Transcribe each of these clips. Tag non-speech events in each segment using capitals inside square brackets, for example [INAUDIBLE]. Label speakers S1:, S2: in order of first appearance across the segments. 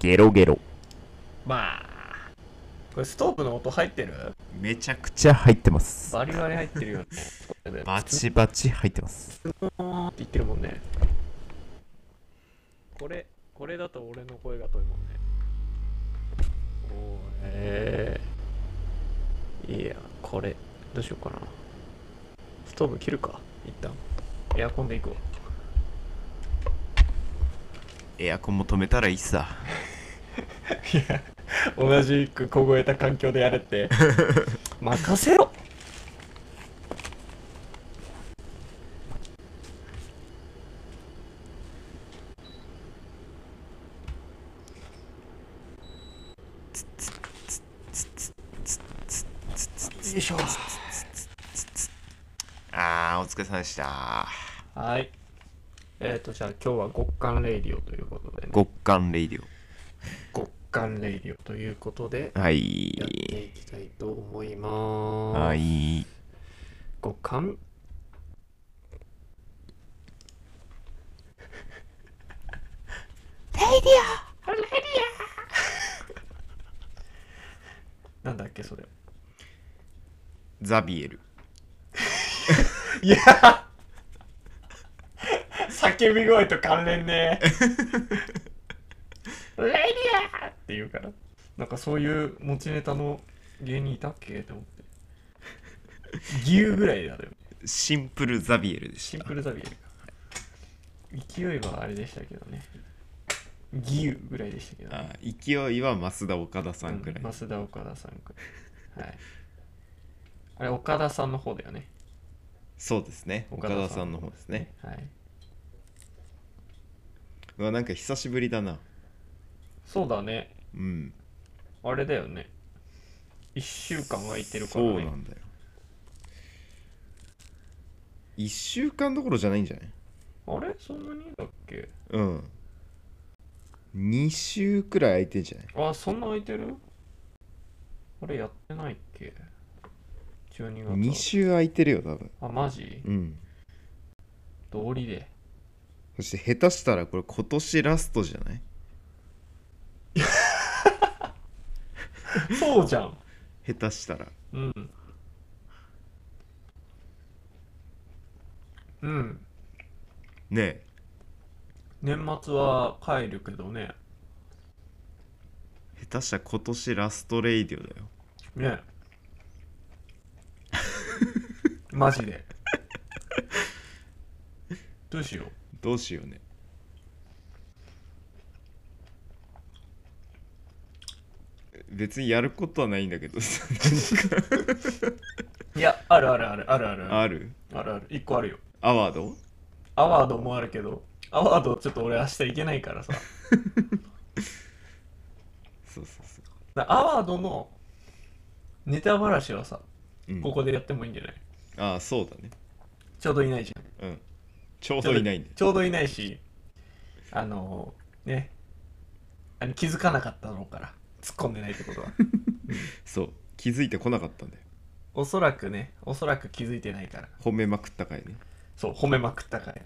S1: ゲロゲロ。
S2: まあ。これストーブの音入ってる
S3: めちゃくち
S1: じゃ入ってます。
S2: バリバリ入ってるよね。
S3: ゃバチ
S1: バチ入ってます。
S2: って言ってるもんね。これ、これだと俺の声が遠いもんね。おーえーいや、これ、どうしようかな。ストーブ切るか、一旦。エアコンでいくわ。
S3: エアコンも止めたらいいさ
S2: 同じく凍えた環境でやれ [LAUGHS] って。任せろよいしょ。
S3: あーお疲れ様でした
S2: はい。えっ、ー、と、じゃあ今日は極寒レイディオということでね。
S3: 極寒レイディ
S2: 極寒レイディオということで
S3: オは
S2: やって
S3: い
S2: いきたいと思います。
S3: はい
S2: 極寒レイディオレイディオ [LAUGHS] なんだっけそれ。
S3: ザビエル
S2: いや叫び声と関連ねえレイディアって言うからなんかそういう持ちネタの芸人いたっけって思って牛ぐらいだよね
S3: シンプルザビエルで
S2: シ
S3: し
S2: ン
S3: た
S2: プルザビエルか勢いはあれでしたけどね牛ぐらいでしたけど、
S3: あー勢いは増田岡田さんくらい、
S2: うん増田岡田さんくらいはいあれ岡田さんの方だよね
S3: そうですね岡田さんの方ですね
S2: はい
S3: うわなんか久しぶりだな
S2: そうだね
S3: うん
S2: あれだよね。1週間空いてるか
S3: そ
S2: ら
S3: う
S2: ね
S3: な。んだよ1週間どころじゃないんじゃない
S2: あれそんなにだっけ
S3: うん2週くらい空いてんじゃない
S2: あ、そんな空いてるあれやってないっけ ?12 月。
S3: 2週空いてるよ多分
S2: あ、マジ
S3: うん
S2: 道理で。
S3: そして下手したらこれ今年ラストじゃない
S2: そうじゃん。
S3: 下手したら
S2: うん。うん。
S3: ね
S2: 年末は帰るけどね。
S3: え下手したら今年ラストレイディオだよ
S2: [LAUGHS] ねマジで。どうしよう。
S3: どうしようね別にやることはないんだけど [LAUGHS] さ
S2: いや、あるあるあるあるある
S3: ある
S2: あるある、一個あるよ。
S3: アワード
S2: アワードもあるけど、アワードちょっと俺明日行けないからさ。
S3: そうそうそう
S2: だアワードのネタばらしはさ、、
S3: うん、
S2: ここでやってもいいんじゃない
S3: ああそうだね
S2: ちょうどいないじゃん。
S3: うんちょう
S2: ちょ
S3: ど
S2: う
S3: いないんだよ
S2: ちょうどいないし、あのね、あの気づかなかったのから、突っ込んでないっ
S3: [LAUGHS]
S2: てことは。
S3: そう気づいてこなかったんだよ
S2: おそらくね、おそらく気づいてないから。
S3: 褒めまくったかいね
S2: そう、褒めまくった回。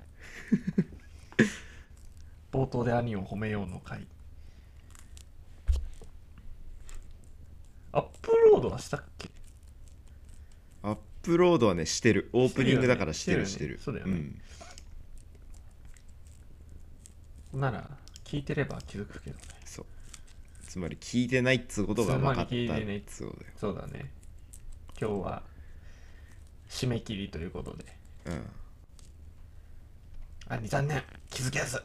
S2: 冒頭で兄を褒めようの回。アップロードはしたっけ
S3: アップロードはねしてるオープニングだから
S2: し
S3: してて
S2: るよ
S3: る
S2: ね
S3: してる
S2: してるよね
S3: ん、
S2: なら、聞いてれば気づくけどね。
S3: そうつまり聞いてないっつうことが分かった
S2: つまり聞いてない
S3: っつうことだよ
S2: そうだね。今日は、締め切りということで。
S3: うん
S2: 兄、残念気づけず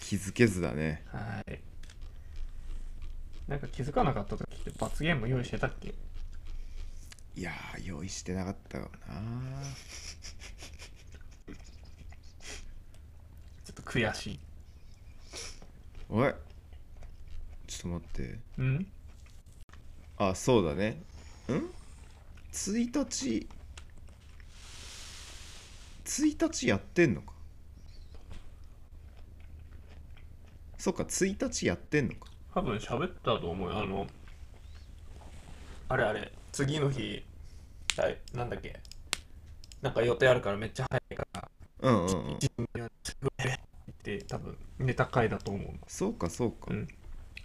S3: 気づけずだね
S2: はい。なんか気づかなかった時って罰ゲーム用意してたっけ
S3: いやー用意してなかったよな
S2: ちょっと悔しい。
S3: おいちょっと待って
S2: うん
S3: あそうだねん ?1 日1日やってんのかそっか1日やってんのか
S2: 多分喋ったと思うよあのあれあれ次の日はいなんだっけなんか予定あるからめっちゃ早いか
S3: うんうんうん
S2: らって多分ネタ会だと思う
S3: そうかそうか、
S2: うん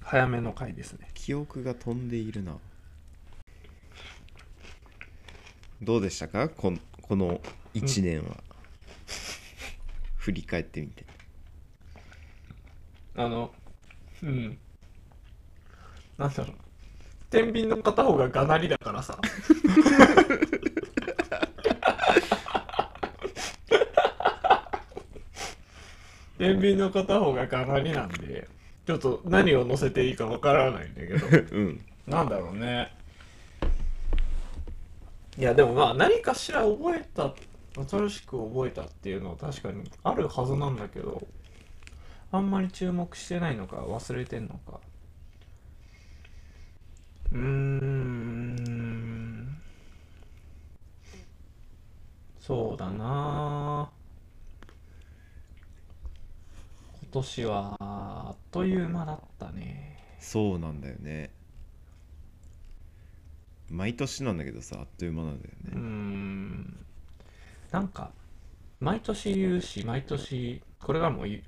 S2: 早めの回ですね
S3: 記憶が飛んでいるなどうでしたかこんこの1年は、振り返ってみて
S2: あのうんなんだろう天秤の片方ががなりだからさ天秤の片方ががなりなんでちょっと何を乗せていいかわからないんだけど
S3: うん
S2: なんだろうね。いや、でもまあ、何かしら覚えた、新しく覚えたっていうのは確かにあるはずなんだけど、あんまり注目してないのか、忘れてんのか。うーん。そうだなあ今年は、あっという間だったね。
S3: そうなんだよね毎年なんだけどさあっという間なんだよ
S2: うー
S3: ね
S2: んなんか毎年言うし毎年これからも言い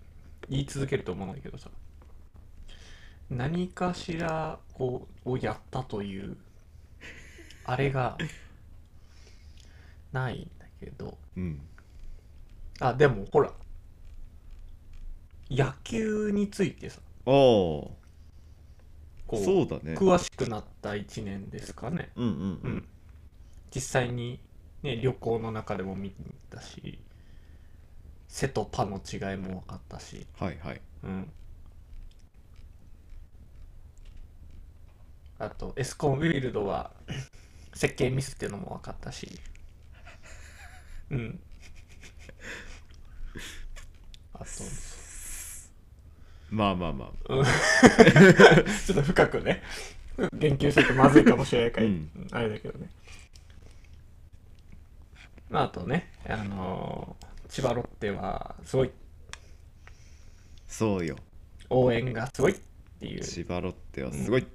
S2: 言い続けると思うんだけどさ何かしらこうをやったというあれがないんだけど
S3: うん
S2: あでもほら野球についてさ
S3: ああ
S2: こう
S3: そうだね
S2: 詳しくなった1年ですかね
S3: うんうんう
S2: うんん、実際に、ね、旅行の中でも見に行ったし瀬とパの違いも分かったし、
S3: はいはい
S2: うん、あとエスコンウィールドは設計ミスっていうのも分かったし、うん、あと
S3: まあまあまあ
S2: [LAUGHS] ちょっと深くね、言及するとまずいかもしれないから、
S3: うん
S2: あれだけどね。まあ、あとね、あのー千葉ロッテは、すごい、
S3: そうよ
S2: 応援がすごいっていう、
S3: 千葉ロッテはすごい、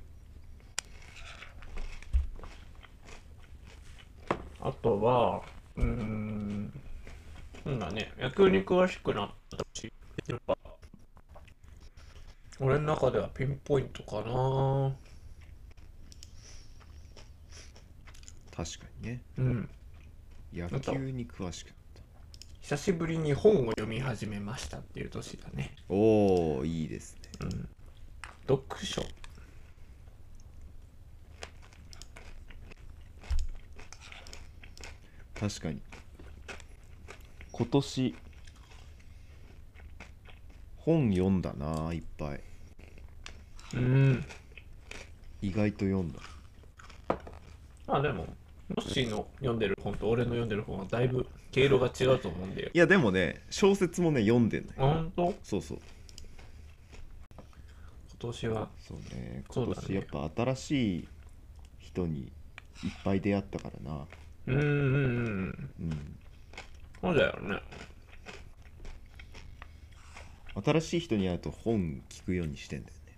S2: あとは、うーん、なんだね、野球に詳しくなったし、やっぱ、俺の中ではピンポイントかな。
S3: 確かにね
S2: うん、
S3: 野
S2: んか
S3: 球に詳しくなった
S2: 久しぶりに本を読み始めましたっていう年だね。
S3: おおいいですね
S2: うん読書
S3: 確かに今年本読んだないっぱい
S2: うん
S3: 意外と読んだ
S2: まあでもヨッシーの読んでる本と俺の読んでる本はだいぶ毛色が違うと思うんだよ
S3: いやでもね小説もね読んでんのよ
S2: 本当今
S3: そうそう
S2: 年は
S3: そうね
S2: そう
S3: 今
S2: だね
S3: 年やっぱ新しい人にいっぱい出会ったからな
S2: うんうんうん
S3: うん
S2: そうだよね
S3: 新しい人に会うと本聞くようにしてんだよね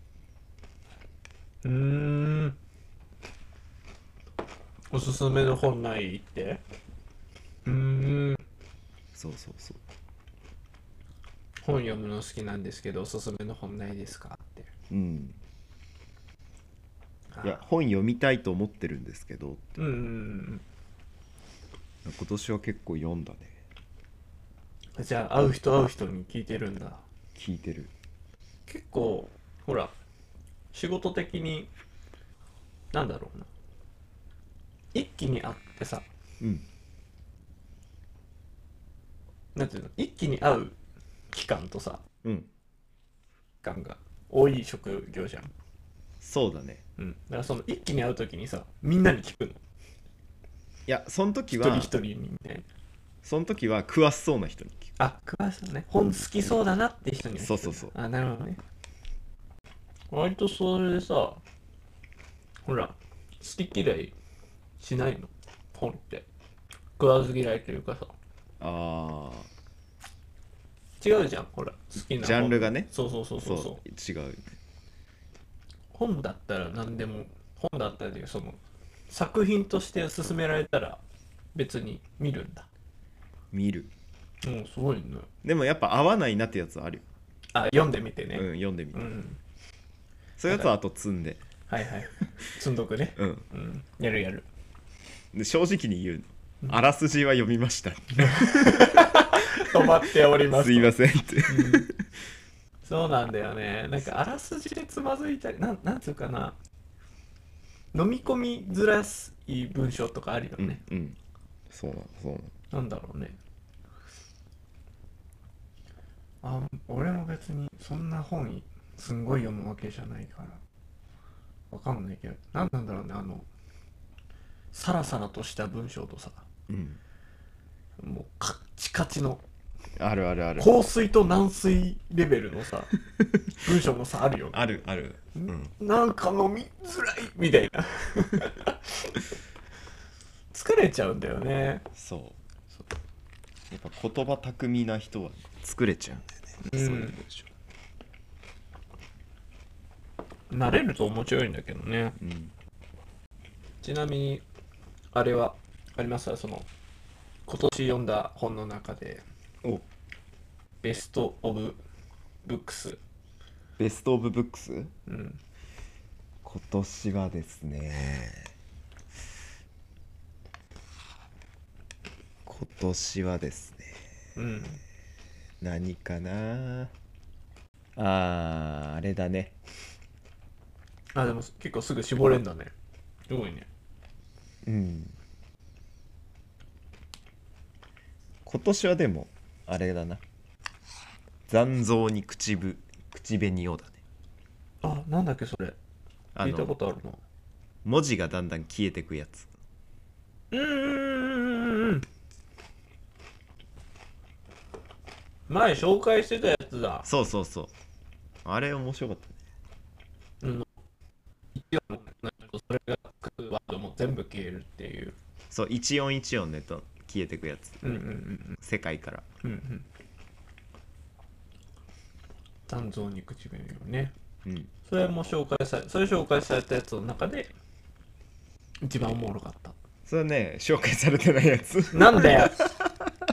S2: うーんおすすめの本ないってうーん
S3: そうそうそう
S2: 本読むの好きなんですけどおすすめの本ないですかって
S3: うんいや
S2: あ
S3: 本読みたいと思ってるんですけど
S2: うんうんうん
S3: 今年は結構読んだね
S2: うんじゃあ会う人会う人に聞いてるんだ
S3: 聞いてる
S2: 結構ほら仕事的になんだろうな一気に会ってさ
S3: うん
S2: なんていうの一気に会う期間とさ
S3: うん
S2: 期間が多い職業じゃん、
S3: そうだね
S2: うん、だからその一気に会う時にさみんなに聞くの
S3: いやその時
S2: 一人
S3: は
S2: 一人にね
S3: その時は詳しそうな人に聞く
S2: あ詳しそうね本好きそうだなって人には聞く
S3: そうそうそう
S2: あなるほどね割とそれでさほら好き嫌いしないの本って食わず嫌いというかさ
S3: ああ
S2: 違うじゃんほら好きな本
S3: ジャンルがね
S2: そうそうそうそうそう
S3: そう違うよね
S2: 本だったら何でも本だったらというかその作品として勧められたら別に見るんだ
S3: 見る
S2: もうすごいね
S3: でもやっぱ合わないなってやつはあるよ
S2: あ読んでみてね
S3: うん読んでみ
S2: う
S3: る
S2: ん
S3: そういうやつは後積んで
S2: はいはい積んどくね
S3: うん
S2: うんやるやる
S3: で正直に言うのあらすじは読みました
S2: 止まっております
S3: すいませんって
S2: そうなんだよね。なんかあらすじでつまずいたり、なん、なんつうかな。飲み込みづらい文章とかあるよ
S3: [LAUGHS] うん
S2: ね。
S3: うんそうなのそうなの
S2: なんだろうね。あ、俺も別にそんな本いすんごい読むわけじゃないから。わかんないけど、なんなんだろうね、あの、さらさらとした文章とさ、
S3: うん
S2: もうカッチカチの
S3: あるあるある
S2: 硬水と軟水レベルのさ、文章のさあるよね。
S3: あるあるうん
S2: なんか飲みづらいみたいな [LAUGHS] 疲れちゃうんだよね
S3: そうやっぱ言葉巧みな人は作れちゃうんだよね、
S2: うん
S3: そういう文章
S2: 慣れると面白いんだけどね
S3: うん
S2: ちなみにあれはありますかその今年読んだ本の中で
S3: お
S2: ベスト・オブ・ブックス、
S3: ベスト・オブ・ブックス
S2: うん、
S3: 今年はですね今年はですね
S2: うん、
S3: 何かなあーあれだね
S2: あでも結構すぐ絞れんだねすごいね
S3: うん今年はでもあれだな残像に口ぶ口紅をだね
S2: あなんだっけそれ
S3: あ
S2: 聞いたこ
S3: の
S2: とあるな
S3: 文字がだんだん消えてくやつ
S2: うーん前紹介してたやつだ
S3: そうそうそうあれ面白かったね
S2: 一応もうなんかそれが書くワードも全部消えるっていう。
S3: そう一音一音ねと消えてくやつ
S2: うんうんうん
S3: 世界から
S2: うんうん。残像に口紅をね。
S3: うん
S2: それも紹介され、それ紹介されたやつの中で一番おもろかった。
S3: それね紹介されてないやつ
S2: なんだ [LAUGHS] よ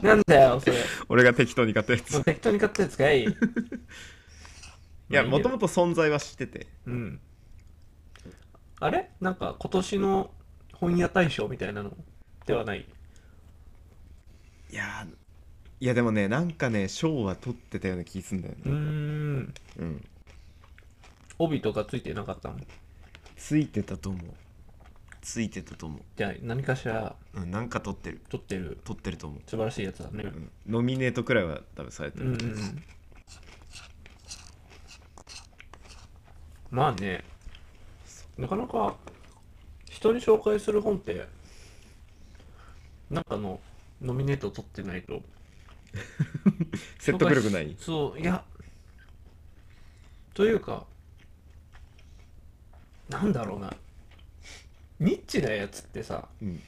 S2: なんだよそれ。
S3: [LAUGHS] 俺が適当に買ったやつ
S2: もう適当に買ったやつかい。い
S3: いやも
S2: けど
S3: ともと存在は知ってて
S2: うん。あれなんか今年の本屋大賞みたいなのではない。
S3: いやーいやでもねなんかね賞は取ってたような気すんだよ
S2: う
S3: ね
S2: ーん。
S3: うん
S2: 帯とかついてなかったの
S3: ついてたと思うついてたと思
S2: じゃあ何かしら
S3: う、うん、なんか取ってる
S2: 撮ってる
S3: 取ってると思う、
S2: 素晴らしいやつだね。
S3: うん、ノミネートくらいは多分されて
S2: う
S3: る、
S2: んうんうん。まあね、なかなか人に紹介する本って、なんかのノミネート取ってないと。
S3: 説得力ない
S2: そう、いや。というか、なんだろうな。ニッチなやつってさ、
S3: うん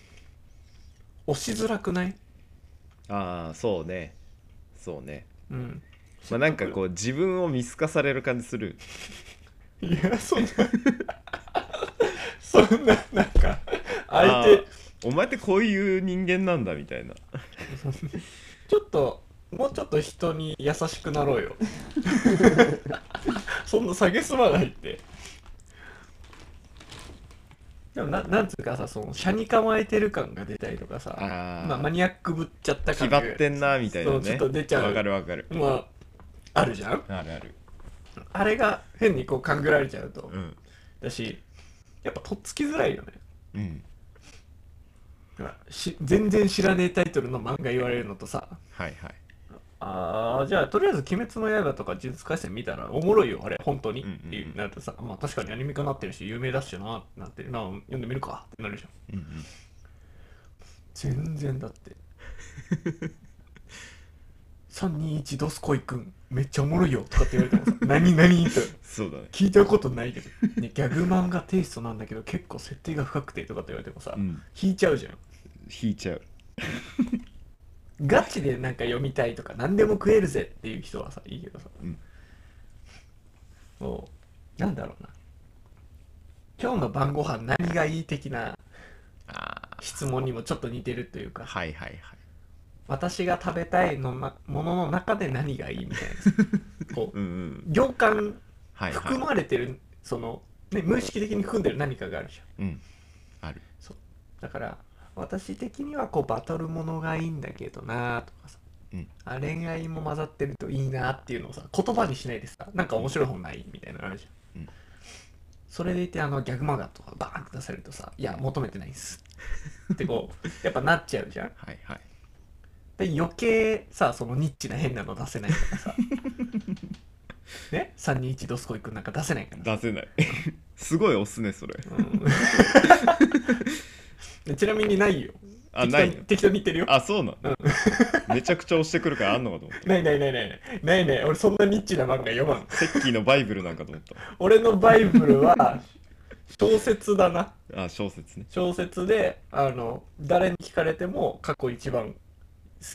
S2: 押しづらくない
S3: ああそうねそうね
S2: うん。
S3: まあなんかこう自分を見透かされる感じする
S2: いや、そんな、 [LAUGHS] そんな、なんか、
S3: あ
S2: 相
S3: ー
S2: 手、
S3: お前ってこういう人間なんだみたいな
S2: ちょっと、もうちょっと人に優しくなろうよ。 [LAUGHS] そんな下げすまないって。でもな、なんつうかさ、その、車に構えてる感が出たりとかさ、
S3: あー
S2: まあ、マニアックぶっちゃった
S3: 気
S2: 感
S3: 張
S2: が、
S3: ってんなみたいな
S2: そう
S3: ね
S2: ちょっと出ちゃう
S3: わかるわかる
S2: まあ、あるじゃん
S3: あるある
S2: あれが変にこう、勘ぐられちゃうと。
S3: うん
S2: だし、やっぱとっつきづらいよね。
S3: うん
S2: し全然知らねえタイトルの漫画言われるのとさ
S3: はいはい
S2: あーじゃあとりあえず「鬼滅の刃」とか「呪術廻戦」見たらおもろいよあれ本当に、
S3: うんうんうん
S2: っていうなるとさ、まあ、確かにアニメ化なってるし有名だしなってなってな読んでみるかってなるじゃ
S3: う
S2: ん
S3: んうん
S2: 全然だって [LAUGHS] 321ドスコイくんめっちゃおもろいよとかって言われてもさ [LAUGHS] 何何と
S3: そうだね
S2: 聞いたことないけど、ね、ギャグ漫画テイストなんだけど結構設定が深くてとかって言われてもさ、
S3: うん
S2: 引いちゃうじゃん
S3: 引いちゃう
S2: ガチでなんか読みたいとか何でも食えるぜっていう人はさいいけどさ、
S3: うん
S2: もうなんだろうな今日の晩ご飯何がいい的な
S3: あ
S2: 質問にもちょっと似てるという
S3: あ
S2: か
S3: はいはいはい
S2: 私が食べたいのなもの
S3: [LAUGHS]
S2: の中で何がいいみたいなこう
S3: うんうん
S2: 行間
S3: はいはい
S2: 含まれてるその、ね、無意識的に組んでる何かがあるじゃん
S3: うんある
S2: だから私的にはこうバトルものがいいんだけどなとかさ、
S3: うん
S2: あ恋愛も混ざってるといいなっていうのをさ言葉にしないでさなんか面白い本ないみたいなのあるじゃん、
S3: うん
S2: それでいてあのギャグ漫画とかバーンって出されるとさ「いや求めてないんす」ってこう [LAUGHS] やっぱなっちゃうじゃん
S3: はいはい
S2: で余計さそのニッチな変なの出せないか
S3: [LAUGHS]
S2: らさね3人一度スコイくんなんか出せないから
S3: 出せない [LAUGHS] すごいおすすねそれ
S2: うん [LAUGHS] でちなみにないよ
S3: あ
S2: 適
S3: な
S2: 当に
S3: いの
S2: 適当に言ってるよ
S3: あそうな [LAUGHS] のめちゃくちゃ押してくるからあんのかと思っ
S2: ないないないないないない俺そんなニッチな漫画読まん
S3: たセッキーのバイブルなんかと思っ
S2: 俺のバイブルは小説だな
S3: たあ小説ね
S2: 小説であの誰に聞かれても過去一番好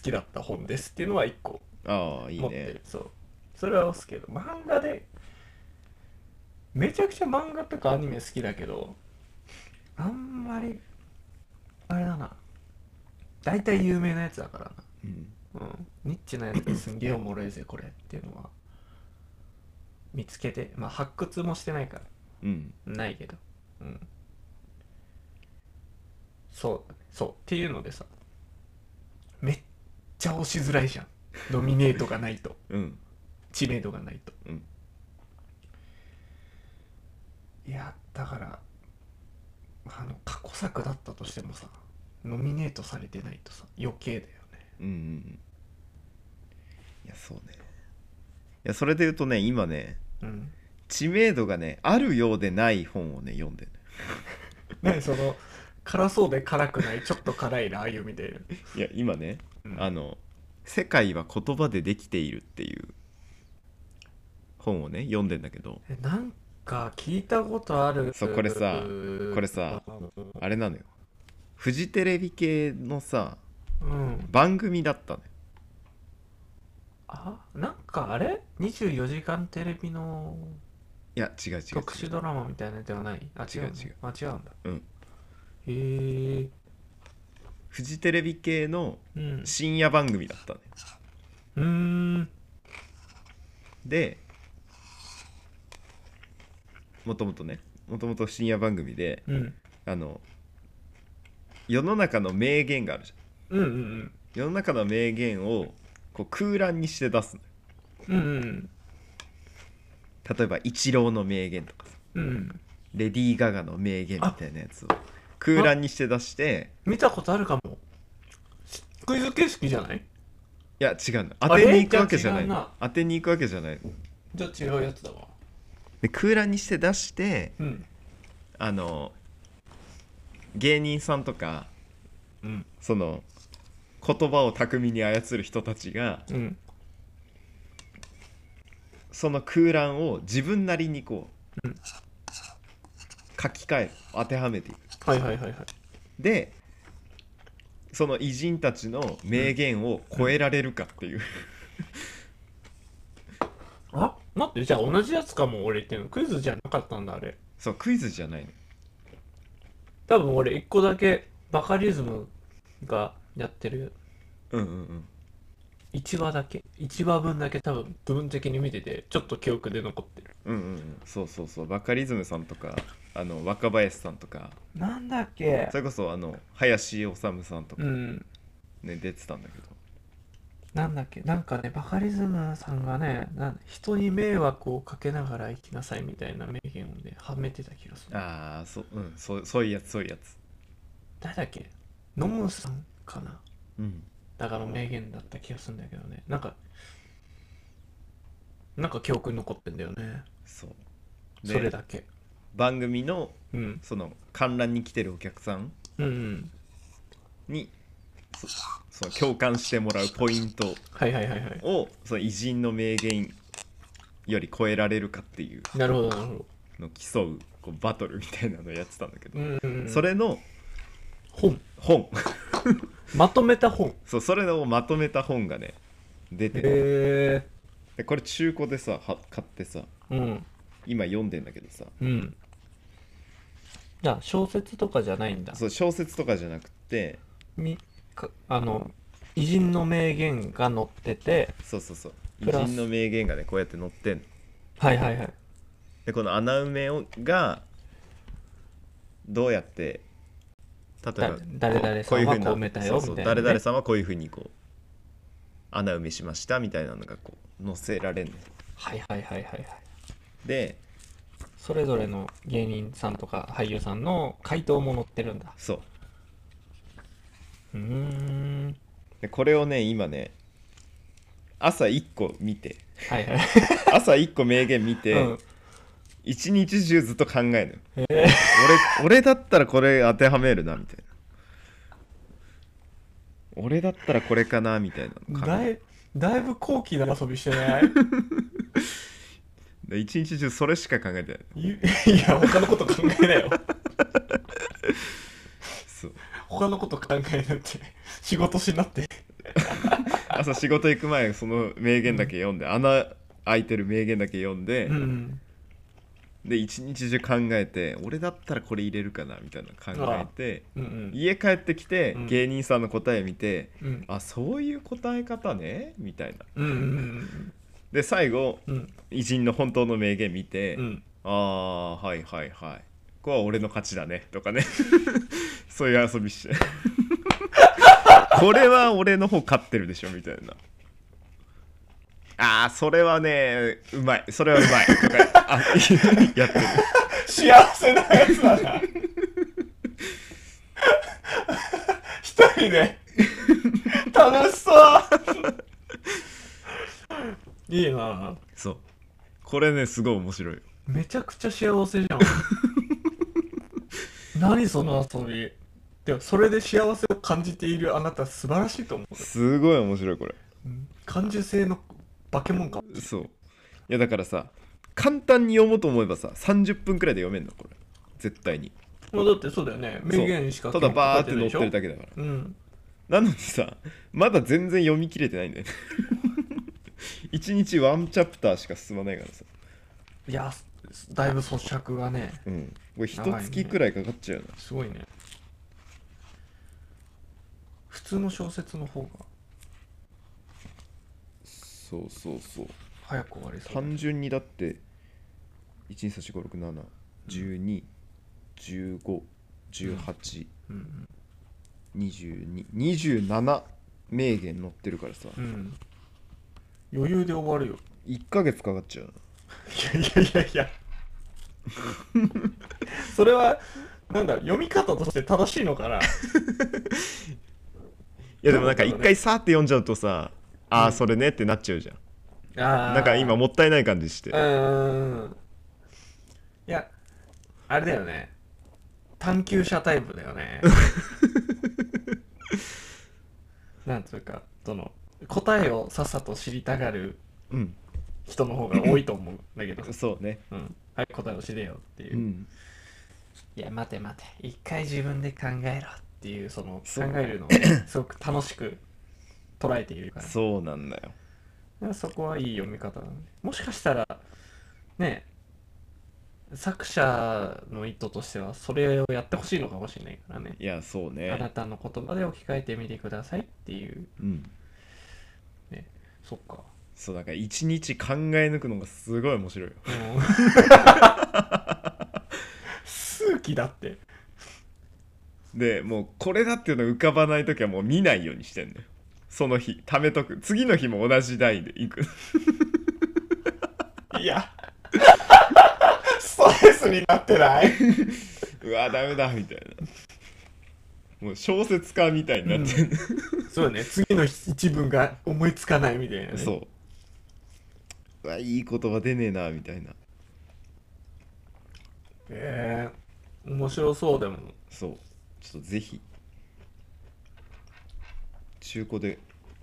S2: きだった本ですっていうのは一個
S3: ああいい
S2: 持ってる
S3: ね
S2: そうそれは押すけど漫画でめちゃくちゃ漫画とかアニメ好きだけどあんまりあれだな大体有名なやつだからな
S3: うん
S2: うん、ニッチなやつですんげえおもろいぜこれっていうのは見つけてまあ発掘もしてないか
S3: うん
S2: らないけどうんそうだねそうっていうのでさめっちゃ押しづらいじゃんドミネートがない
S3: [LAUGHS]
S2: と
S3: うん
S2: 知名度がないと
S3: うん
S2: いやだからあの過去作だったとしてもさノミネートされてないとさ余計だよね
S3: うんうんうんいやそうねいやそれで言うとね今ね
S2: うん
S3: 知名度がねあるようでない本をね読んでる
S2: ねその辛そうで辛くないちょっと辛いラー油みたいな、
S3: いや今ね
S2: うん
S3: あの「世界は言葉でできている」っていう本をね読んでんだけど
S2: えなんか聞いたことある
S3: そうこれさこれさあれなのよフジテレビ系のさ
S2: うん
S3: 番組だったのよ
S2: あなんかあれ24時間テレビの
S3: いや違う違う違う
S2: 特殊ドラマみたいなのではないあ違う
S3: 違う違う
S2: あ違うんだ
S3: うん
S2: へえ
S3: フジテレビ系の
S2: うんう
S3: 深夜番組だったのよ
S2: ーん
S3: でもともとねもともと深夜番組で
S2: うん
S3: あの世の中の名言があるじゃん
S2: うんうん
S3: 世の中の名言をこう空欄にして出すのよ
S2: うんうん
S3: 例えば一郎の名言とかさ
S2: うんうん
S3: レディー・ガガの名言みたいなやつを空欄にして出して
S2: 見たことあるかもしクイズ形式じゃない
S3: いや違うの当
S2: あ
S3: てに
S2: え
S3: 行くわけじゃない
S2: じ
S3: の
S2: ゃあ違うな
S3: 当てに行くわけじゃないの
S2: じゃあ違うやつだわ
S3: で空欄にして出して
S2: うん
S3: あの芸人さんとか
S2: うん
S3: その言葉を巧みに操る人たちが
S2: うん
S3: その空欄を自分なりにこう、
S2: うん
S3: 書き換える当てはめていく
S2: はいはいはいはい
S3: でその偉人たちの名言を超えられるかっていう、
S2: あ待ってじゃあ同じやつかも俺言ってんのクイズじゃなかったんだあれ
S3: そうクイズじゃないの
S2: 多分俺一個だけバカリズムがやってる
S3: うんうんうん
S2: 1話だけ1話分だけ多分部分的に見ててちょっと記憶で残ってる
S3: うんうんうんそうそうそうバカリズムさんとかあの若林さんとか
S2: なんだっけ
S3: それこそあの林修さんとか
S2: うん
S3: ね、出てたんだけど
S2: なんだっけなんかねバカリズムさんがねなん人に迷惑をかけながら生きなさいみたいな名言をねはめてた気がする
S3: ああそううんそうそういうやつそういうやつ
S2: 誰だっけノムさんかな
S3: うん
S2: だから名言だった気がするんだけどねなんかなんか記憶に残ってんだよね
S3: そう
S2: それだけ
S3: 番組の
S2: うん
S3: その観覧に来てるお客さん
S2: うんうん
S3: にそその共感してもらうポイント
S2: はいはいはいはい
S3: をその偉人の名言より超えられるかっていう
S2: なるほどなるほど
S3: のを競うこうバトルみたいなのやってたんだけど、
S2: うんうんうん
S3: それの
S2: 本
S3: 本 [LAUGHS]
S2: まとめた本へ
S3: そうそれをまとめた本がね出てて
S2: え
S3: でこれ中古でさは買ってさ
S2: うん
S3: 今読んでんだけどさ
S2: うんじゃあ小説とかじゃないんだ
S3: そう小説とかじゃなくて
S2: みかあの偉人の名言が載ってて
S3: そうそうそう
S2: プ
S3: 偉
S2: ラス
S3: 人の名言がねこうやって載ってんの
S2: はいはいはい
S3: でこの穴埋めをがどうやって例えば
S2: だ誰々
S3: こういう
S2: さんは
S3: ふうな
S2: こう埋めたよ
S3: そうそう
S2: みたいなね
S3: 誰々さんはこういうふうにこう穴埋めしましたみたいなのがこう載せられるの
S2: はいはいはいはいはい
S3: で
S2: それぞれの芸人さんとか俳優さんの回答も載ってるんだ
S3: そう
S2: うーん
S3: でこれをね今ね朝1個見て
S2: はいはい
S3: 朝1個名言見
S2: う
S3: て
S2: ん
S3: 一、日中ずっと考えるの、よ俺俺だったらこれ当てはめるなみたいな俺だったらこれかなみたいなの考
S2: だ
S3: え
S2: いだいぶ高貴な遊びしてない [LAUGHS]
S3: で一日中それしか考えてない
S2: ゆ [LAUGHS] いや他のこと考えなよ
S3: そう
S2: 他のこと考えなって仕事しなって
S3: 朝仕事行く前その名言だけ読んで穴開いてる名言だけ読んで、
S2: うん
S3: で一日中考えて俺だったらこれ入れるかなみたいなの考えて
S2: うんうん
S3: 家帰ってきて
S2: うん
S3: 芸人さんの答え見て、
S2: うん
S3: あそういう答え方ねみたいな
S2: うんうん
S3: で最後
S2: うんうん
S3: 偉人の本当の名言見て、
S2: うん
S3: ああーはいはいはいこれは俺の勝ちだねとかね [LAUGHS] そういう遊びして [LAUGHS] これは俺の方勝ってるでしょみたいなああそれはねうまいそれはうま [LAUGHS] いとかあやってる
S2: 幸せなやつだな一人 [LAUGHS] で楽し [LAUGHS] そういいな
S3: そうこれねすごい面白いよ
S2: めちゃくちゃ幸せじ [LAUGHS] ゃん何その遊びでもそれで幸せを感じているあなた素晴らしいと思う
S3: すごい面白いこれ
S2: うん感受性の化け物か
S3: そういやだからさ簡単に読もうと思えばさ30分くらいで読めんのこれ絶対に
S2: まあだってそうだよね名言しか
S3: ただバーって
S2: 書い
S3: 載
S2: ない
S3: っ
S2: でしてょ
S3: るだけだから
S2: うん
S3: なのにさまだ全然読み切れてないん [LAUGHS] だよね一日ワンチャプターしか進まないからさ
S2: いやすだいぶ咀嚼がね
S3: うんこれ一月くらいかかっちゃうよな
S2: すごいね普通の小説の方が
S3: そうそうそう
S2: 早く終わりそうだ
S3: 単純にだって1234567121518
S2: うん
S3: 2227名言載ってるからさ
S2: うん、うん、余裕で終わるよ
S3: 1ヶ月かかっちゃうよない
S2: やいやいやい [LAUGHS] やそれはなんだ読み方として正しいのかない
S3: やでもなんか一回さーって読んじゃうとさああそれねってなっちゃうじゃん
S2: あー
S3: なんか今もったいない感じして
S2: うーんいやあれだよね探求者タイプだよ [LAUGHS] ねなんつうかその答えをさっさと知りたがる
S3: うん、
S2: 人の方が多いと思うんだ [LAUGHS] けど
S3: そうね
S2: うん、はい答えを知れよっていう、
S3: うん
S2: いや待て待て一回自分で考えろっていうその考
S3: そう
S2: えるのをねすごく楽しく捉えているから
S3: そうなんだよ
S2: いやそこはいい読み方だねもしかしたらね作者の意図としてはそれをやってほしいのかもしれないからね
S3: いやそう
S2: あな
S3: ね
S2: たの言葉で置き換えてみてくださいっていう
S3: うん
S2: そっか
S3: そうだから一日考え抜くのがすごい面白いよ
S2: うん [LAUGHS] 数奇だって
S3: でもうこれだっていうの浮かばない時はもう見ないようにしてんのよその日貯めとく次の日も同じ台で行く [LAUGHS]
S2: いやストレスになってないう
S3: わダメだみたいなもう小説家みたいになってんの、
S2: そうね次の一文が思いつかないみたいな、ね、
S3: そううわいい言葉出ねえなみたいな
S2: ええ面白そうでも
S3: そうちょっとぜひ中古で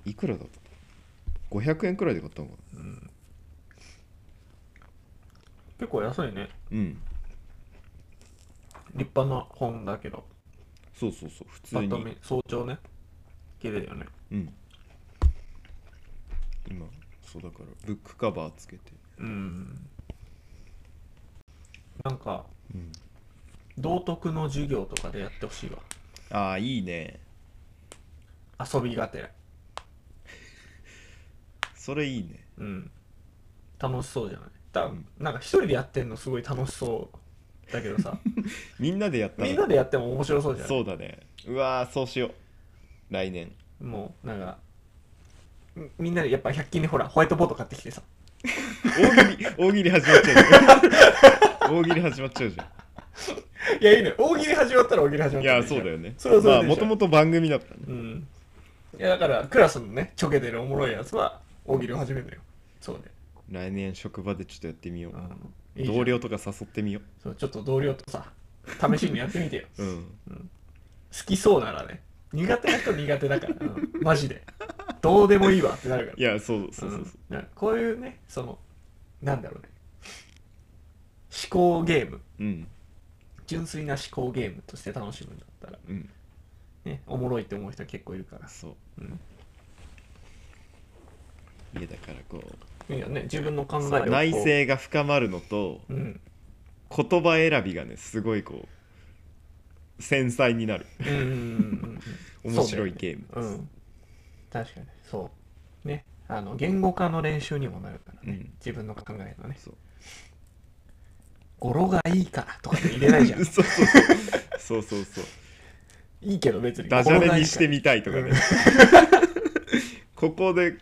S3: いくらだった500円くらいで買ったのかな
S2: 結構安いね
S3: うん
S2: 立派な本だけど
S3: そうそうそう普通
S2: ま
S3: に、
S2: とめ早朝ね綺麗だよね
S3: うん今そうだからブックカバーつけて
S2: うんなんか
S3: うん
S2: 道徳の授業とかでやってほしいわ
S3: ああいいね
S2: 遊びがてら
S3: それいいね
S2: うん楽しそうじゃないったなんか一人でやってんのすごい楽しそうだけど
S3: [LAUGHS]
S2: さ
S3: みんなでやったら
S2: みんなでやっても面白そうじゃん
S3: そうだねうわーそうしよう来年
S2: もうなんかみみんなでやっぱ100均でほらホワイトボード買ってきてさ
S3: 大喜利 [LAUGHS] 大喜利始まっちゃう大喜利始まっちゃうじゃん [LAUGHS]
S2: いやいいね大喜利始まったら大喜利始まっ
S3: い
S2: たら
S3: やそうだよね
S2: それはそれ
S3: ま
S2: で
S3: あ
S2: いい
S3: も
S2: じゃ
S3: と
S2: ん
S3: もと番組だったね
S2: うんいやだからクラスのねちょけてるおもろいやつは大喜利を始めるのよそうね、
S3: 来年職場でちょっとやってみよう
S2: いいじゃん
S3: 同僚とか誘ってみよ
S2: そうちょっと同僚とさ試しにやってみてよ
S3: ううん
S2: 好きそうならね苦手な人苦手だから、うんマジでどうでもいいわってなるから
S3: いやそうそうそうそう
S2: うんなんかこういうねそのなんだろうね思考ゲーム
S3: うん
S2: 純粋な思考ゲームとして楽しむんだったら
S3: うん
S2: ねおもろいって思う人結構いるから
S3: そう
S2: うん
S3: いやだからこう
S2: いいよね自分の考えをこう
S3: 内省が深まるのと
S2: うん
S3: 言葉選びがねすごいこう繊細になる
S2: うんうんうんうん
S3: 面白いゲームです
S2: そうだよねうん、確かにそうねあの言語化の練習にもなるからね、
S3: うん
S2: 自分の考えのね
S3: そう
S2: 語呂がいいからとかって入れないじ
S3: [LAUGHS]
S2: ゃん
S3: そうそうそうそうそうそう
S2: いいけど別に
S3: ダジャレにしてみたいと
S2: 語
S3: か
S2: 呂がい
S3: ね
S2: いから、
S3: [LAUGHS] ここで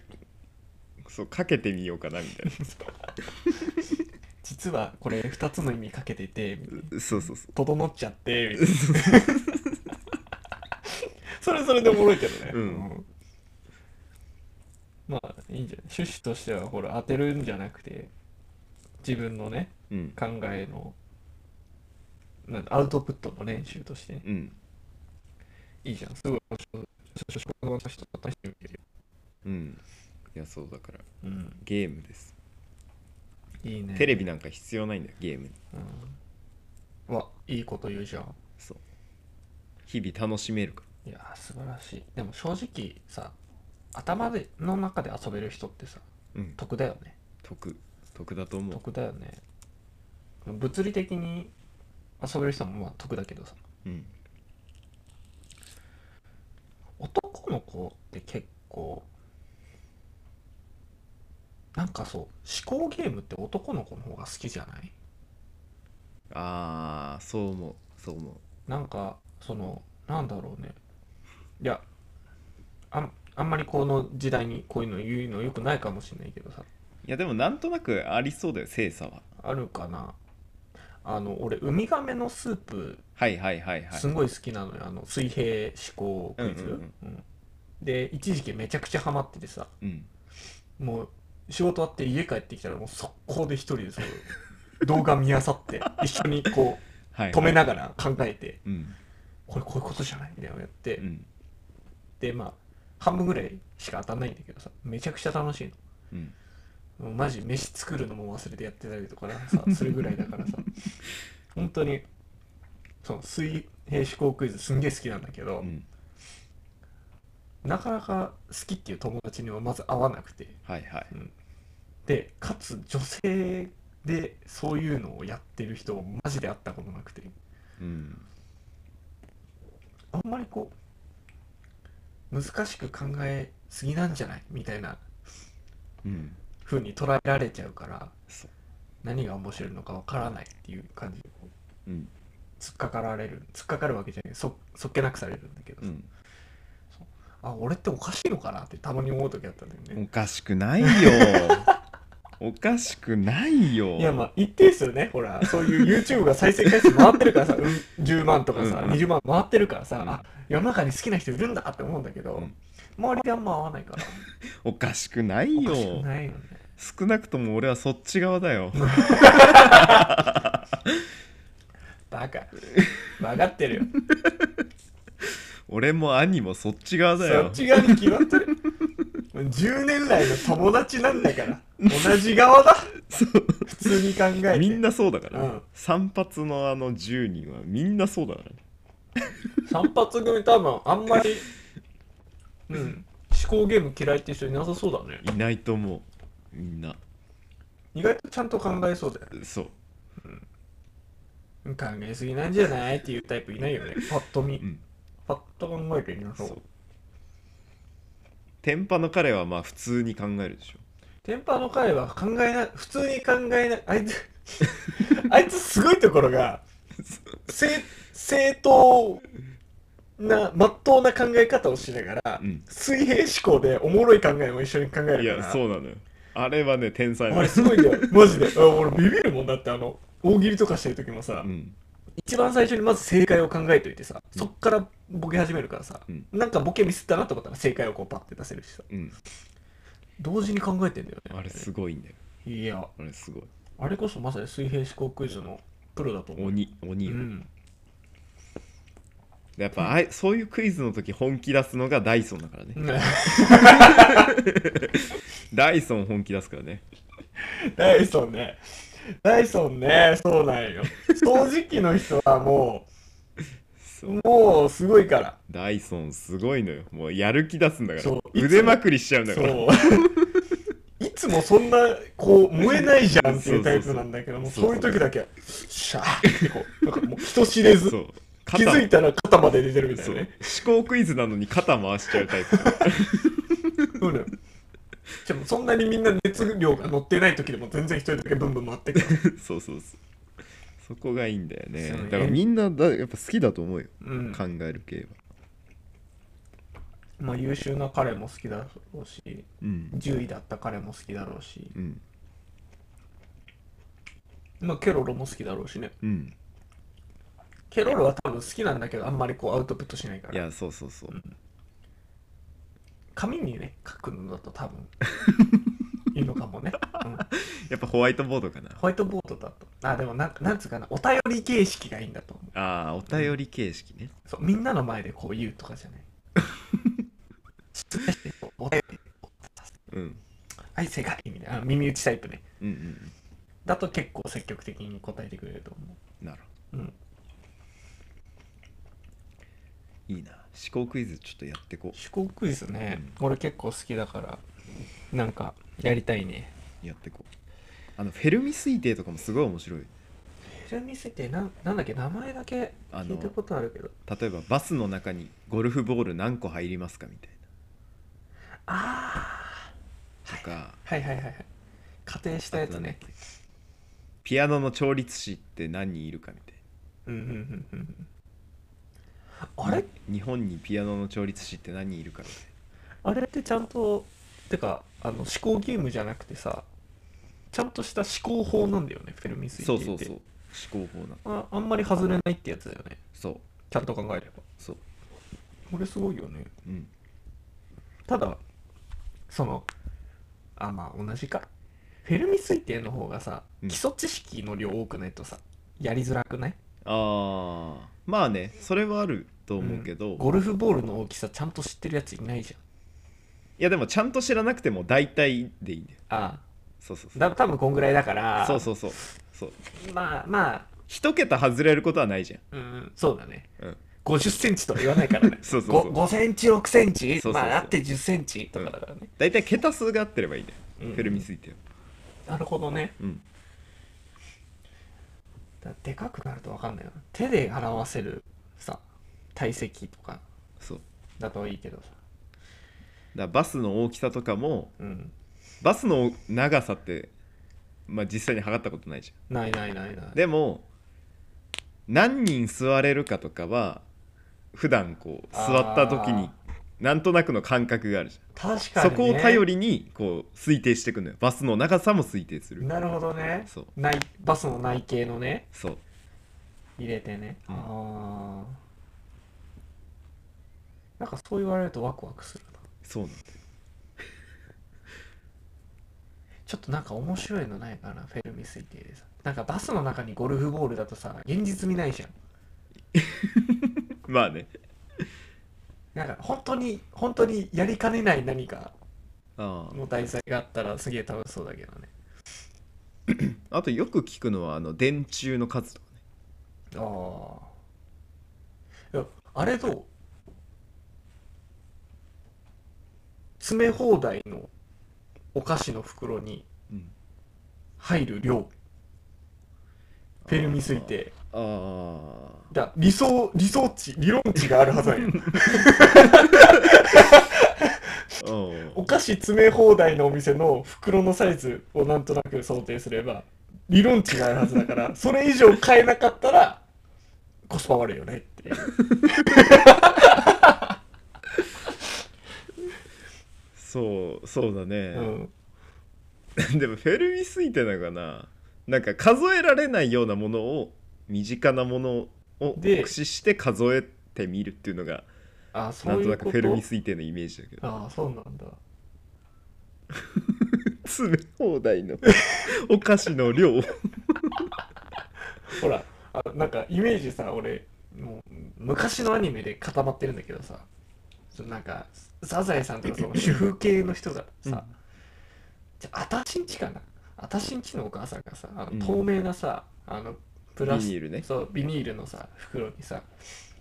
S3: そうかけてみようかなみたい
S2: うん実はこれ2つの意味かけてて
S3: なそうそうそ
S2: 整っちゃってみたいなそれそれでおもろいけどね、
S3: うん
S2: まあいいんじゃない趣旨としてはほら当てるんじゃなくて自分のね
S3: ううん
S2: 考えのなんだアウトプットの練習としてね
S3: うん
S2: いいじゃんすごい面白いちょっと職場の人と話してみるよ、
S3: うんいやそうだから
S2: うん、
S3: ゲームです
S2: いいね
S3: テレビなんか必要ないんだよゲームに
S2: うん、うわいいこと言うじゃん
S3: そう日々楽しめるか
S2: いやー素晴らしいでも正直さ頭での中で遊べる人ってさ
S3: らうん
S2: 得だよね
S3: 得得だと思う
S2: 得だよね物理的に遊べる人もまあ得だけどさ
S3: うん
S2: 男の子って結構なんかそう思考ゲームって男の子の方が好きじゃない
S3: ああそう思うそう思
S2: なんかそのなんだろうねいやあんあんまりこの時代にこういうの言うのよくないかもしれないけどさ
S3: ういやでもなんとなくありそうだよ精査は
S2: あるかなあの俺ウミガメのスープ
S3: はいはいはいはい
S2: すんごい好きなのよあの水平思考クイズ、
S3: うんうん
S2: うんで一時期めちゃくちゃハマっててさ
S3: うん
S2: もう仕事終わって家帰ってきたらもう速攻で一人でそ
S3: [LAUGHS]
S2: の動画見あさって一緒にこ
S3: はいうはい
S2: 止めながら考えて
S3: うん
S2: これこういうことじゃないみたいなのやって、
S3: うん
S2: でまあ半分ぐらいしか当たんないんだけどさめちゃくちゃ楽しいの
S3: うん
S2: もうマジ飯作るのも忘れてやってたりとかさするぐらいだか
S3: [LAUGHS]
S2: らさ本当にその水平思考クイズすんげえ好きなんだけど、
S3: うん
S2: なかなか好きっていう友達にはまず会わなくて
S3: はいはい
S2: でかつ女性でそういうのをやってる人をマジで会ったことなくて
S3: うん
S2: あんまりこう難しく考えすぎなんじゃないみたいな
S3: うん
S2: 風に捉えられちゃうから
S3: そう
S2: 何が面白いのかわからないっていう感じでこう
S3: うん
S2: 突っかかられる突っかかるわけじゃないそそっけなくされるんだけど、
S3: うん
S2: あ俺っておかしいのかなってたまに思う時あったんだよ
S3: お
S2: ね、
S3: かしくないよ
S2: [LAUGHS]
S3: おかしくないよ
S2: いやまあ一定数ねほらそういう YouTube が再生回数回ってるからさうん10万とかさ、
S3: うん
S2: 20万回ってるからさ、
S3: うん
S2: あ世の中に好きな人いるんだって思うんだけど、
S3: うん
S2: 周りであんま合わないから
S3: おかしくないよ
S2: おかしくないよね
S3: 少なくとも俺はそっち側だよ
S2: バカ分かってるよ
S3: 俺も兄もそっち側だ
S2: そっ
S3: よ
S2: ち側に決まってるもう10年来の友達なんだから同じ側だ
S3: そう
S2: 普通に考えて
S3: みんなそうだから、
S2: うん
S3: 散髪のあの10人はみんなそうだからね
S2: 散髪組多分あんまりうん思考ゲーム嫌いって人いなさそうだね
S3: いないと思うみんな
S2: 意外とちゃんと考えそうだよ
S3: そう
S2: ね考えすぎなんじゃないっていうタイプいないよねパッと見、
S3: ん
S2: パッと考えていなそ
S3: そうう天パの彼はまあ普通に考えるでしょ
S2: テンパの回は考えな普通に考えなあいつ [LAUGHS] あいつすごいとこ
S3: [LAUGHS]
S2: ろが正正当なまっとうな考え方をしながら、
S3: うん
S2: 水平思考でおもろい考えも一緒に考えるか
S3: [LAUGHS]
S2: ら
S3: いやそうなのよあれはね天才
S2: あ
S3: な
S2: れ
S3: の
S2: すごいんだよマジであ俺ビビるもんだってあの大喜利とかしてる時もさ、
S3: うん
S2: 一番最初にまず正解を考えといてさそっからボケ始めるからさ、
S3: うん
S2: なんかボケミスったなと思ったら正解をこうパッて出せるしさ
S3: うん
S2: 同時に考えてんだよね
S3: あれすごいんだよ
S2: いや
S3: あれすごい
S2: あれこそまさに水平思考クイズのプロだと思う
S3: 鬼鬼
S2: う
S3: よ、
S2: ん [LAUGHS]
S3: やっぱあいそういうクイズの時本気出すのがダイソンだからね、
S2: ね
S3: ダイソン本気出すからね
S2: ダイソンねダイソンねそうなんよ掃除機の人はも
S3: そう
S2: うもうすごいから
S3: ダイソンすごいのよもうやる気出すんだか
S2: そ
S3: ら
S2: う
S3: 腕まくりしちゃうんだ
S2: そ
S3: から
S2: ういつもそんなこう燃えないじゃんっていうタイプなんだけども
S3: そう
S2: そ
S3: そうう
S2: い
S3: そう
S2: う時だけシャーってこうなんかもう人知れず
S3: そう
S2: 気づいたら肩まで出てるみたい
S3: そう
S2: な
S3: 思
S2: ね
S3: 考クイズなのに肩回しちゃうタイプ
S2: そうだよしかもそんなにみんな熱量が乗ってない時でも全然一人だけブンブン回ってくる
S3: そうそうそうそこがいいんだよね
S2: そうね
S3: だからみんなだやっぱ好きだと思うよ、
S2: うん
S3: 考える系は
S2: まあ優秀な彼も好きだろうし
S3: うん
S2: 10位だった彼も好きだろうし
S3: うん
S2: まあケロロも好きだろうしね
S3: うん
S2: ケロロは多分好きなんだけどあんまりこうアウトプットしないか
S3: い
S2: ら
S3: やそうそうそう、
S2: 紙にね書くのだと多分いいのかもね、うん
S3: やっぱホワイトボードかな
S2: ホワイトボードだとあでもなんなんつうかなお便り形式がいいんだと思う
S3: ああお便り形式ね、
S2: そうみんなの前でこう言うとかじ [LAUGHS] ゃない失礼してこうお便り
S3: うん、
S2: はい正解みたいな耳打ちタイプね
S3: うんうんうん
S2: だと結構積極的に答えてくれると思
S3: なるほ
S2: ううん
S3: どいいな思考クイズちょっとやってこ
S2: 思考クイズね、俺結構好きだからなんかやりたいね
S3: うやってこうあのフェルミ推定とかもすごい面白い
S2: フェルミスってなんなんだっけ名前だけ
S3: あ
S2: 聞
S3: の
S2: いたことあるけど
S3: 例えばバスの中にゴルフボール何個入りますかみたい
S2: あ
S3: なとか
S2: あはいはいはいはい仮定したやつね
S3: あとなんだっけピアノの調律師って何人いるかみたい
S2: うんうんうんうんうんあ
S3: な
S2: れ
S3: 日本にピアノの調律師って何人いるかみたい
S2: あれってちゃんとてかあの思考ゲームじゃなくてさちゃんとした思考法なんだよねフェルミス
S3: な
S2: イ
S3: そ
S2: ッ
S3: う
S2: チ
S3: そ
S2: っ
S3: う
S2: て
S3: そう思考法な
S2: ああんまり外れないってやつだよね
S3: そう
S2: ちゃんと考えれば
S3: そう
S2: これすごいよね
S3: うん
S2: ただそのあまあ同じかフェルミ推定の方がさ、
S3: うん
S2: 基礎知識の量多くないとさやりづらくない
S3: ああまあねそれはあると思うけど、
S2: ん
S3: い
S2: ゴルフボールの大きさちゃんと知ってるやついないじ
S3: やでもちゃんと知らなくても大体でいいんだよ
S2: ゃんあ
S3: そうそう
S2: あ
S3: そう
S2: だ多分こんぐらいだから
S3: そうそうそうそう
S2: まあまあ
S3: 一桁外れることはないじ
S2: うんそうだね
S3: ゃん、うん、
S2: 50センチとは言わないからね
S3: [LAUGHS] そうそうそう
S2: ご5センチ6センチ
S3: そうそうそう
S2: まああって10センチとかだからね、
S3: 大体桁数が合ってればいいんだよ、
S2: う
S3: フ
S2: ん
S3: ェルミ推定は
S2: なるほどね
S3: うん
S2: だでかくなると分かんないな手で表せるさ体積とか
S3: そうだか
S2: だといいけどさ
S3: らバスの大きさとかも
S2: うん
S3: バスの長さってまあ実際に測ったことないじゃ
S2: ないないないない
S3: んでも何人座れるかとかは普段こう座った時になんとなくの感覚があるじ
S2: 確
S3: ゃん、
S2: かに、
S3: そ
S2: ね、
S3: こを頼りにこう推定していくのよバスの長さも推定する
S2: なるほどね
S3: そう
S2: 内バスの内径のね
S3: そう
S2: 入れてね、
S3: うん
S2: ああなんかそう言われるとワクワクするな
S3: そうなんだよ
S2: ちょっとなんか面白いのないかなフェルミ推定でさなんかバスの中にゴルフボールだとさ現実味ないじゃん
S3: まあね
S2: なんか本当に本当にやりかねない何か
S3: あ
S2: の題材があったらすげえ楽しそうだけどね
S3: ああとよく聞くのはあの電柱の数とかね
S2: ああいやあれどう詰め放題のお菓子の袋に
S3: うん
S2: 入る量フェルミ推定
S3: ああ
S2: だ理想理想値理論値があるはずだよ
S3: うん
S2: お菓子詰め放題のお店の袋のサイズをなんとなく想定すれば理論値があるはずだから
S3: [LAUGHS]
S2: それ以上買えなかったらコスパ悪いよねっていう
S3: そうそうだね、
S2: う
S3: [LAUGHS]
S2: ん、
S3: でもフェルミスイってなのかななんか数えられないようなものを身近なものを
S2: で
S3: 駆使して数えてみるっていうのが
S2: あそ
S3: な
S2: うん
S3: と
S2: いう
S3: なく
S2: こ
S3: フェルミ
S2: と
S3: スイ定のイメージだけど
S2: ああそうなんだ
S3: 詰め放題の [LAUGHS] お菓子の量を
S2: ほらあなんかイメージさ俺もう昔のアニメで固まってるんだけどさそのなんかサザエさん [LAUGHS] とかその主婦系の人が
S3: う
S2: さ、
S3: ん
S2: じゃああたしんちかなあたしんちのお母さんがさあ
S3: うん
S2: の透明なさ、あのプラス
S3: ビニールね
S2: そうビニールのさ袋にさ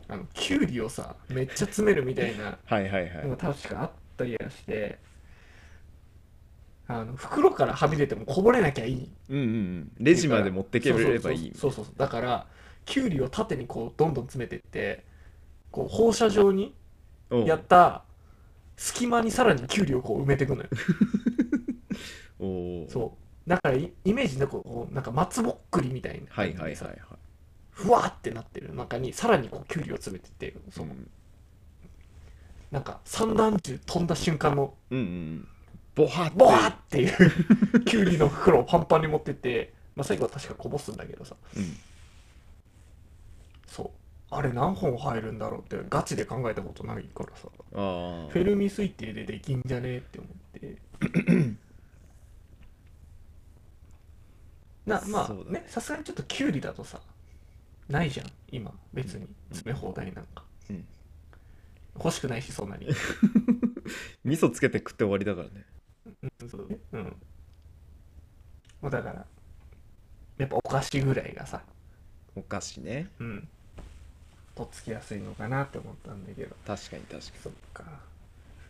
S2: あのキュウリをさめっちゃ詰めるみたいな
S3: [LAUGHS] はいはいはい、
S2: のが確かあったりやしてあの袋からはみ出てもこぼれなきゃいい
S3: うんうんうんレジまで持ってければいい
S2: そうそうそうそうそうだからキュウリを縦にこうどんどん詰めてってこう放射状に
S3: おう
S2: やった隙間にさらにキュウリをこう埋めていくのよ
S3: おう
S2: そうだからイイメージなんかこうなんか松ぼっくりみたいな
S3: はいはいはい
S2: さ
S3: はい、、
S2: ふわーってなってる中にさらにこうキュウリを詰めてってそううんなんか三段銃飛んだ瞬間の
S3: うんうんボハッて
S2: ボワーっていう
S3: [LAUGHS]
S2: キュウリの袋をパンパンに持ってって、まあ、最後は確かこぼすんだけどさ
S3: うん
S2: そうあれ何本入るんだろうってガチで考えたことないからさ
S3: あ
S2: フ
S3: あ
S2: ェルミ推定でできんじゃねえって思って。 [COUGHS] なま
S3: そう
S2: あ
S3: だね
S2: ねさすがにちょっとキュウリだとさないじゃん今別に詰め放題なんか、
S3: うん
S2: 欲しくないしそんなに、
S3: 味噌つけて食って終わりだからね
S2: うん [LAUGHS] そうねうんもうだからやっぱお菓子ぐらいがさ
S3: お菓子ね
S2: うんとっつきやすいのかなって思ったんだけど
S3: 確かに確か
S2: そっか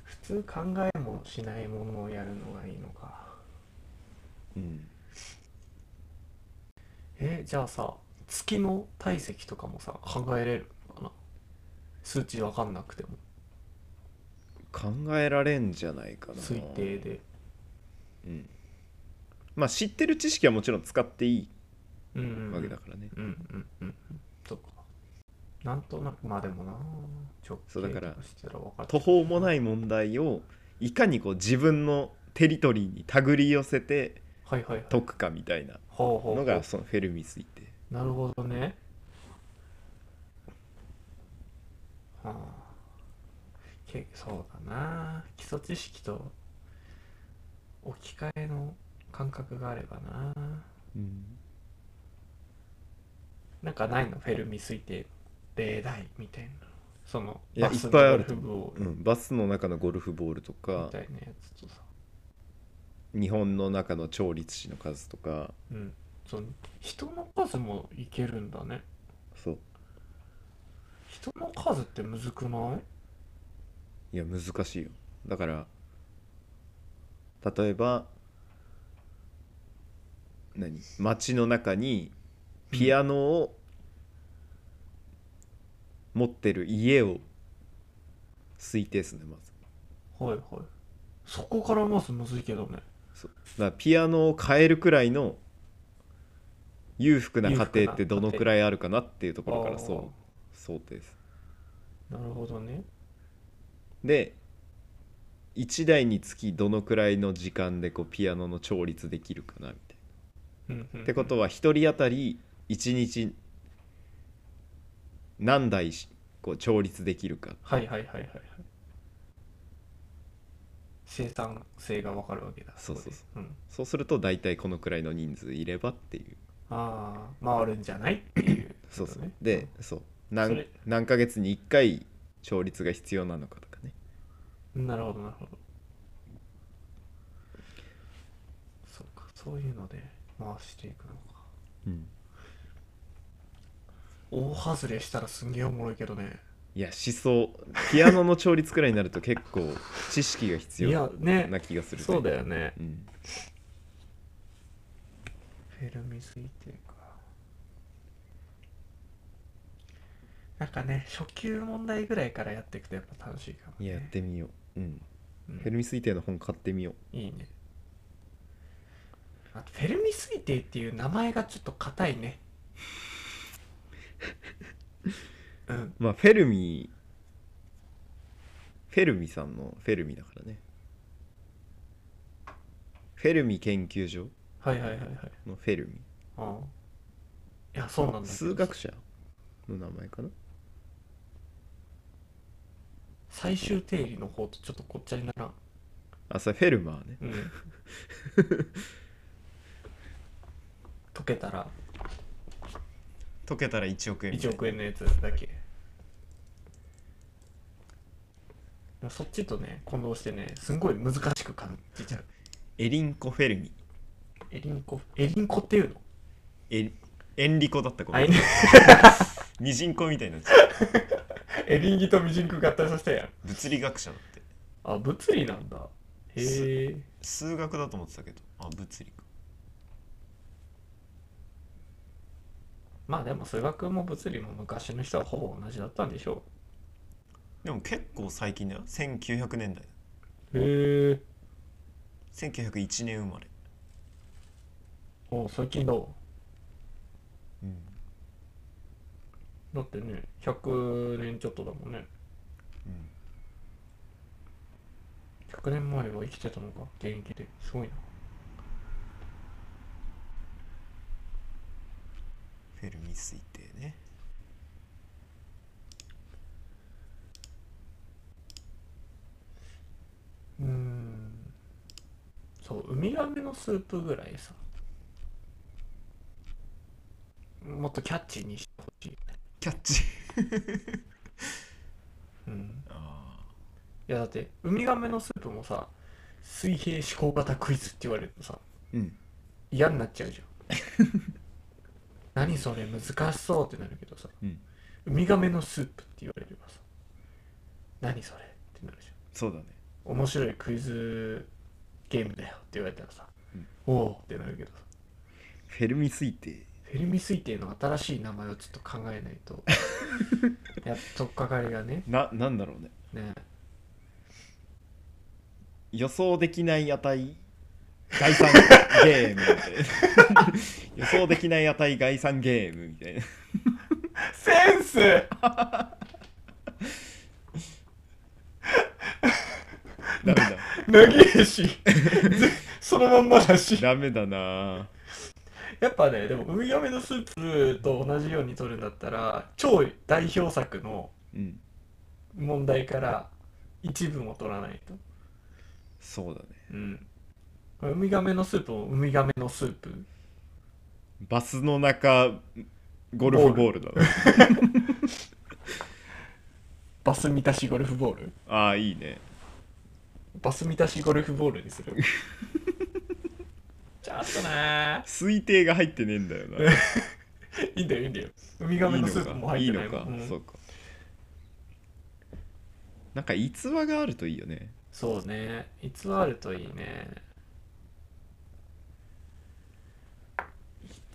S2: 普通考えもしないものをやるのがいいのか
S3: にうん
S2: えじゃあさ月の体積とかもさ考えれるのかな数値わかんなくても
S3: 考えられんじゃないかな
S2: 推定で
S3: うんまあ知ってる知識はもちろん使ってい
S2: うん
S3: い
S2: うん
S3: わけだからね、
S2: うんうんうんうんそっかなんとなくまあでもな直
S3: そうだから
S2: 径としたら分かる
S3: 途方もない問題をいかにこう自分のテリトリーに手繰り寄せて
S2: はいはいはい
S3: 解くかみたいな
S2: ほうほうほ
S3: の
S2: う
S3: がそのフェルミ推定
S2: なるほどねはあけそうだな基礎知識と置き換えの感覚があればな
S3: うん
S2: なんかないのフェルミ推定例題みたいなその
S3: いや
S2: バスの
S3: いっぱいある
S2: ゴルフボー
S3: う
S2: ル
S3: ん、バスの中のゴルフボールと
S2: み
S3: か
S2: たいなやつとさ、
S3: 日本の中の調律師の数とか
S2: うん、その人の数もいけるんだね
S3: そう
S2: 人の数ってむずくない
S3: いや難しいよだから例えば何街の中にピアノを持ってる家を推定するねまず
S2: はいはいそこからまずむずいけどね
S3: そうだからピアノを買えるくらいの裕福な家庭ってどのくらいあるかなっていうところから
S2: あ
S3: そう想定です
S2: ーなるほどね
S3: で1台につきどのくらいの時間でこうピアノの調律できるかなみたいな
S2: うんうん
S3: ってことは1人当たり1日何台しこう調律できるか
S2: はいはいはいはいはい生産性がわかるわけだ
S3: そうそうそう
S2: ここでうん、
S3: そうすると大体このくらいの人数いればっていう
S2: ああ回るんじゃないっていう
S3: そうそう、
S2: ね
S3: でそう
S2: そ
S3: 何
S2: れ
S3: 何ヶ月に1回調律が必要なのかとかね
S2: なるほどなるほどそうかそういうので回していくのか
S3: うん
S2: 大外れしたらすんげえおもろいけどね
S3: いや思想ピアノの調律くらいになると結構知識が必
S2: いや
S3: 要
S2: ね
S3: な気がするね
S2: そうだよね
S3: うん
S2: フェルミ推定かなんかね初級問題ぐらいからやっていくとやっぱ楽しいかも、
S3: い
S2: ね、
S3: ややってみよううん
S2: うん
S3: フェルミ推定の本買ってみよう
S2: いいねあとフェルミ推定っていう名前がちょっと硬いねうん
S3: まあフェルミフェルミさんのフェルミだからねフェルミ研究所
S2: はいはいはいはい
S3: のフェルミ
S2: ああいやそうなんだけど
S3: 数学者の名前かな
S2: 最終定理の方とちょっとこっちゃにならん
S3: あそれフェルマーね
S2: [LAUGHS] うん解けたら
S3: 解けたら1億円
S2: 1億円のやつだけそっちとね混同してねすんごい難しく感じちゃう
S3: エリンコフェルミ
S2: エリンコエリンコっていうの
S3: エエンリコだったご
S2: あ
S3: め
S2: エ
S3: ん
S2: リン
S3: ミジンコみたいになっちゃう
S2: エリンギとミジンク合体させたやん
S3: 物理学者だって
S2: あ物理なんだへえ
S3: 数学だと思ってたけどあ物理か
S2: まあでも数学も物理も昔の人はほぼ同じだったんでしょ
S4: でも結構最近だよ1900年代
S2: うへえ
S4: 1901年生まれ
S2: お最近ど
S4: うん
S2: うだってね100年ちょっとだもんね100年前は生きてたのか現役ですごいな
S4: フェルミ推定ね
S2: うーんそうウミガメのスープぐらいさもっとキャッチーにしてほしいよね
S4: キャッチ
S2: うん
S4: あ
S2: いやだってウミガメのスープもさ水平思考型クイズって言われるとさ
S3: うん
S2: 嫌になっちゃうじゃん [LAUGHS] 何それ難しそうってなるけどさ、
S3: うん
S2: ウミガメのスープって言われればさ何それってなるじゃん
S3: そうだね
S2: 面白いクイズゲームだよって言われたらさ、
S3: うん
S2: おおってなるけどさ
S3: フェルミ推定
S2: フェルミ推定の新しい名前をちょっと考えない [LAUGHS] とやっとっかかりがね
S3: ななんだろうね
S2: ね
S3: 予想できない値概算ゲームみたいな [LAUGHS] 予想できない値概算ゲームみたいな
S2: セン [LAUGHS] ス
S3: ダメ
S2: 投げ [LAUGHS] しそのまんまだし
S3: だダメだな
S2: やっぱねでもウミガメのスープと同じように取るんだったら超代表作の
S3: うん
S2: 問題から一部も取らないと
S3: そうだね
S2: うんウミガメのスープもウミガメのスープ
S3: バスの中ゴルフボールだな
S2: バス満たしゴルフボール
S3: ああいいね
S2: バス満たしゴルフボールに [LAUGHS] するちょっとね
S3: 推定が入ってねえんだよな
S2: いいんだよいいんだよウミガメ
S3: いい
S2: の
S3: の
S2: スープも
S3: かい
S2: 入っ
S3: い
S2: てない
S3: の
S2: も
S3: か、
S2: んうん
S3: そうかなんか逸話があるといいよね
S2: そうね偽るといいね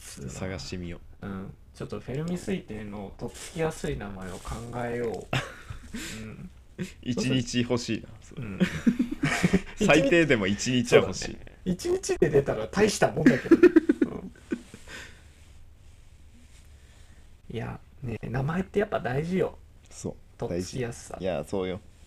S2: 偽
S3: 探してみよう
S2: うんちょっとフェルミ推定のとっつきやすい名前を考えよ
S3: [LAUGHS]
S2: ううん
S3: 一日欲しいなそれ
S2: うん
S3: 最低でも一日は欲しい、
S2: 一日で出たら大したもんだ
S3: [LAUGHS]
S2: けど、うんいやね名前ってやっぱ大事よ
S3: そう
S2: とっつきやすさ
S3: いやそうよ